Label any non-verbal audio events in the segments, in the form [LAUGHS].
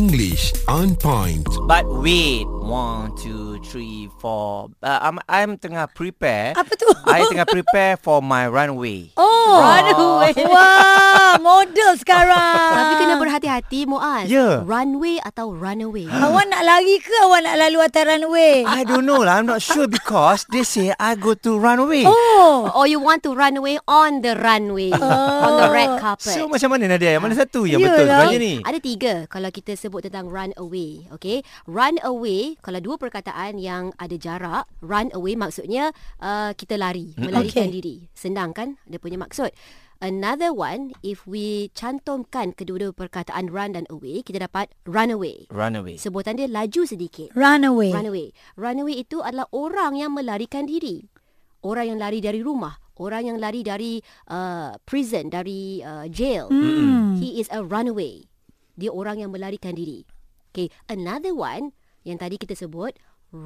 English on point. But wait, one, two, three, four. Uh, I'm, I'm tengah prepare. Apa tu? I tengah prepare for my runway. Oh. Runway. Wah, model sekarang. eh. Tapi kena berhati-hati Ah. Muaz. Ya. Runway atau runaway. Awak nak lari ke awak nak lalu atas runway? I don't know lah. I'm not sure because they say I go to runway. Oh. Or you want to run away on the runway. On the red carpet. Ah. So Oh, macam mana Nadia? Ah, Yang mana satu yang betul Yelah. sebenarnya ni? Ada tiga kalau kita sebut tentang run away. Okay. Run away, kalau dua perkataan yang ada jarak, run away maksudnya uh, kita lari, melarikan Okay. diri. Senang kan dia punya maksud. Another one, if we cantumkan kedua-dua perkataan run dan away, kita dapat run away. Runaway. Sebutan dia laju sedikit. Runaway. Runaway. Runaway itu adalah orang yang melarikan diri. Orang yang lari dari rumah. Orang yang lari dari uh, prison, dari uh, jail. Hmm. Mm. He is a runaway. Dia orang yang melarikan diri. Okay, another one yang tadi kita sebut,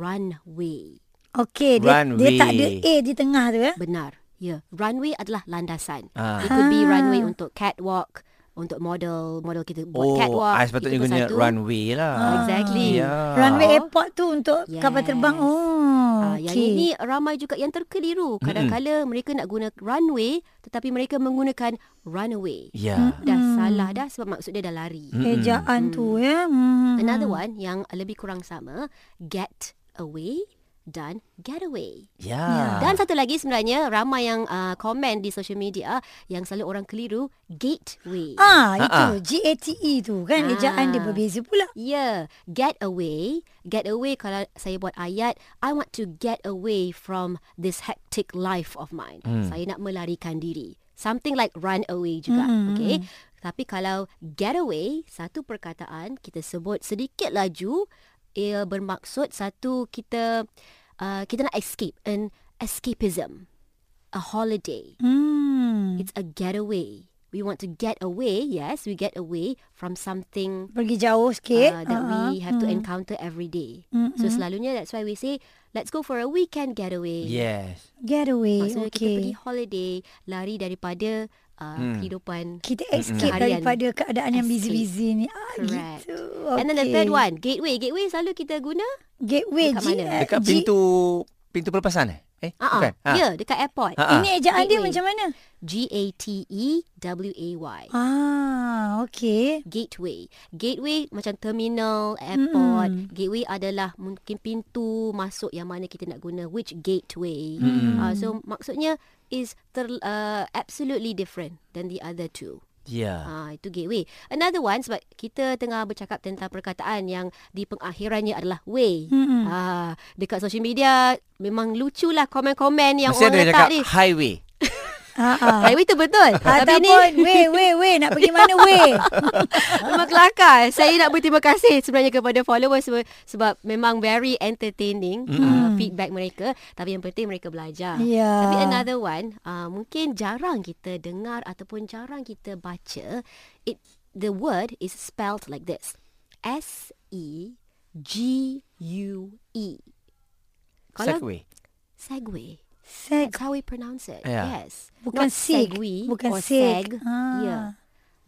runway. Okey, dia, dia Runway. tak ada A di tengah tu ya. Benar. Ya, yeah. runway adalah landasan. Ah. It could be runway untuk catwalk, untuk model, model kita buat Oh, catwalk. I sepatutnya itu guna satu. Ah, runway lah. Exactly. Yeah. Runway airport tu untuk Yes. kapal terbang. Oh. Ah, yang ini ramai juga yang terkeliru. Kadang-kala mereka nak guna runway tetapi mereka menggunakan runaway. Yeah. Dah salah dah sebab maksud dia dah lari. Ejaan tu ya. Hmm. Mm. Another one yang lebih kurang sama, get away dan getaway. Yeah. Dan satu lagi sebenarnya ramai yang uh, komen di social media yang selalu orang keliru gateway. Ah, Ah, itu GATE tu kan ejaan dia Ah. berbeza pula. Ya, yeah, get away. Get away kalau saya buat ayat, I want to get away from this hectic life of mine. Hmm. Saya nak melarikan diri. Something like run away juga, hmm. okay? Tapi kalau get away, satu perkataan kita sebut sedikit laju, ia bermaksud satu kita uh, kita nak escape, an escapism, a holiday. Hmm. It's a getaway. We want to get away. Yes, we get away from something Pergi jauh sikit. uh, that Ah, we have to encounter every day. So selalunya that's why we say let's go for a weekend getaway. Yes. Getaway. Maksudnya kita pergi Okey. holiday, lari daripada uh, kehidupan. Kita escape Harian. daripada keadaan yang Escape. busy-busy ni. Ah, Correct. gitu. And then the Okey. third one, gateway. Gateway selalu kita guna Gateway Dekat G, mana? eh, Dekat G- pintu pintu pelepasan eh? Eh, Ah, uh bukan. Ha. Ya, dekat airport. Ah, ah. Ini ejaan dia Gateway. macam mana? G A T E W A Y. Ah, okey. gateway. Gateway macam terminal, airport. Mm. Gateway adalah mungkin pintu masuk yang mana kita nak guna which gateway. Mm. Uh, so maksudnya is ter, uh, absolutely different than the other two. Yeah. Ha, itu gateway. Another one sebab kita tengah bercakap tentang perkataan yang di pengakhirannya adalah way. Mm-hmm. Ha, dekat social media memang lucu lah komen-komen yang Mesti orang ada yang letak cakap ni. highway. Ah, [LAUGHS] ah. Highway itu betul. Tapi ni Ataupun weh weh weh nak pergi mana [LAUGHS] weh? Memang kelakar. eh. Saya nak berterima kasih sebenarnya kepada followers sebab, sebab memang very entertaining mm. uh, feedback mereka. Tapi yang penting mereka belajar. Ya. Tapi another one, uh, mungkin jarang kita dengar ataupun jarang kita baca. It the word is spelled like this. S E G U E. Kalau Segway. segue. Seg That's how we pronounce it. Yeah. Yes. Bukan Not sig. segui Bukan or sig. seg. Ah. Yeah.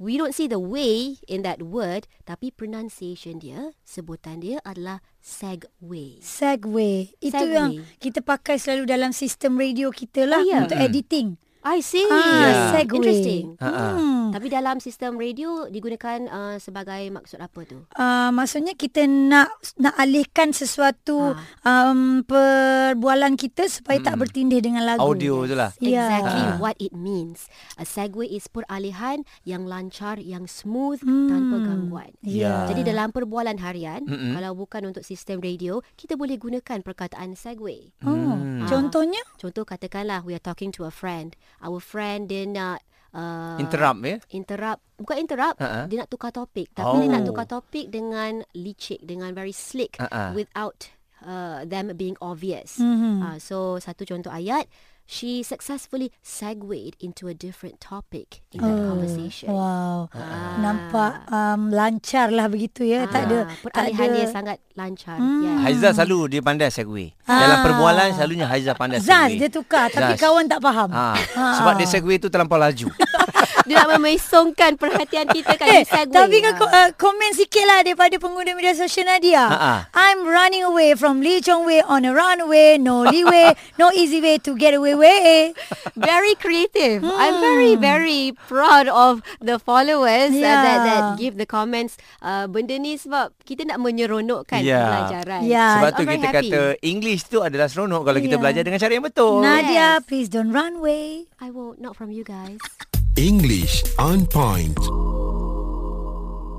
We don't see the way in that word tapi pronunciation dia, sebutan dia adalah segway. Segway. Itu Segway. yang kita pakai selalu dalam sistem radio kita lah Oh, ya. untuk editing. I see. Ah, Yeah. segway. Interesting. Hmm. Tapi dalam sistem radio digunakan uh, sebagai maksud apa tu? Uh, maksudnya kita nak nak alihkan sesuatu Ah. um, perbualan kita supaya tak bertindih dengan lagu. Mm. Audio tu lah. Ya. Exactly what it means. A segue is peralihan yang lancar, yang smooth tanpa gangguan. Ya. Jadi dalam perbualan harian, mm-hmm. kalau bukan untuk sistem radio, kita boleh gunakan perkataan segue. Oh. Mm. Ah. Contohnya? Contoh katakanlah we are talking to a friend. Our friend dia nak uh, Interrupt ya. interrupt bukan interrupt Ha-ha. uh-huh. dia nak tukar topik tapi oh. dia nak Oh. tukar topik dengan licik dengan very slick Ha-ha. uh-huh. without uh, them being obvious mm-hmm. uh, so satu contoh ayat she successfully segued into a different topic in that Oh. conversation Wow. Ah. Nampak um, lancar lah begitu ya. tak ada. Tak peralihan dia ada. Ah, Mm. sangat lancar hmm. yeah. Haizah selalu dia pandai segway. Dalam perbualan selalunya Haizah pandai Ah. Zaz Ah. segway. dia tukar Zaz. Ah. tapi kawan tak faham. Ha. Sebab dia segway tu terlampau laju. Dia nak memesongkan perhatian [LAUGHS] kita kan Eh, di segway. tapi kau Ah. ko- uh, komen sikit lah daripada pengguna media sosial Nadia. Ha-ha. I'm running away from Lee Chong Wei on a runway. No leeway, no easy way to get away way. very creative. I'm very very proud of the followers uh, that that Yeah. give the comments. Uh, benda ni sebab kita nak menyeronokkan Yeah. pelajaran. Yeah. Sebab I'm tu very kita happy. kata English tu adalah seronok kalau kita Ah, Ya. belajar dengan cara yang betul. Nadia, Yes. please don't run away. I won't not from you guys. English on point.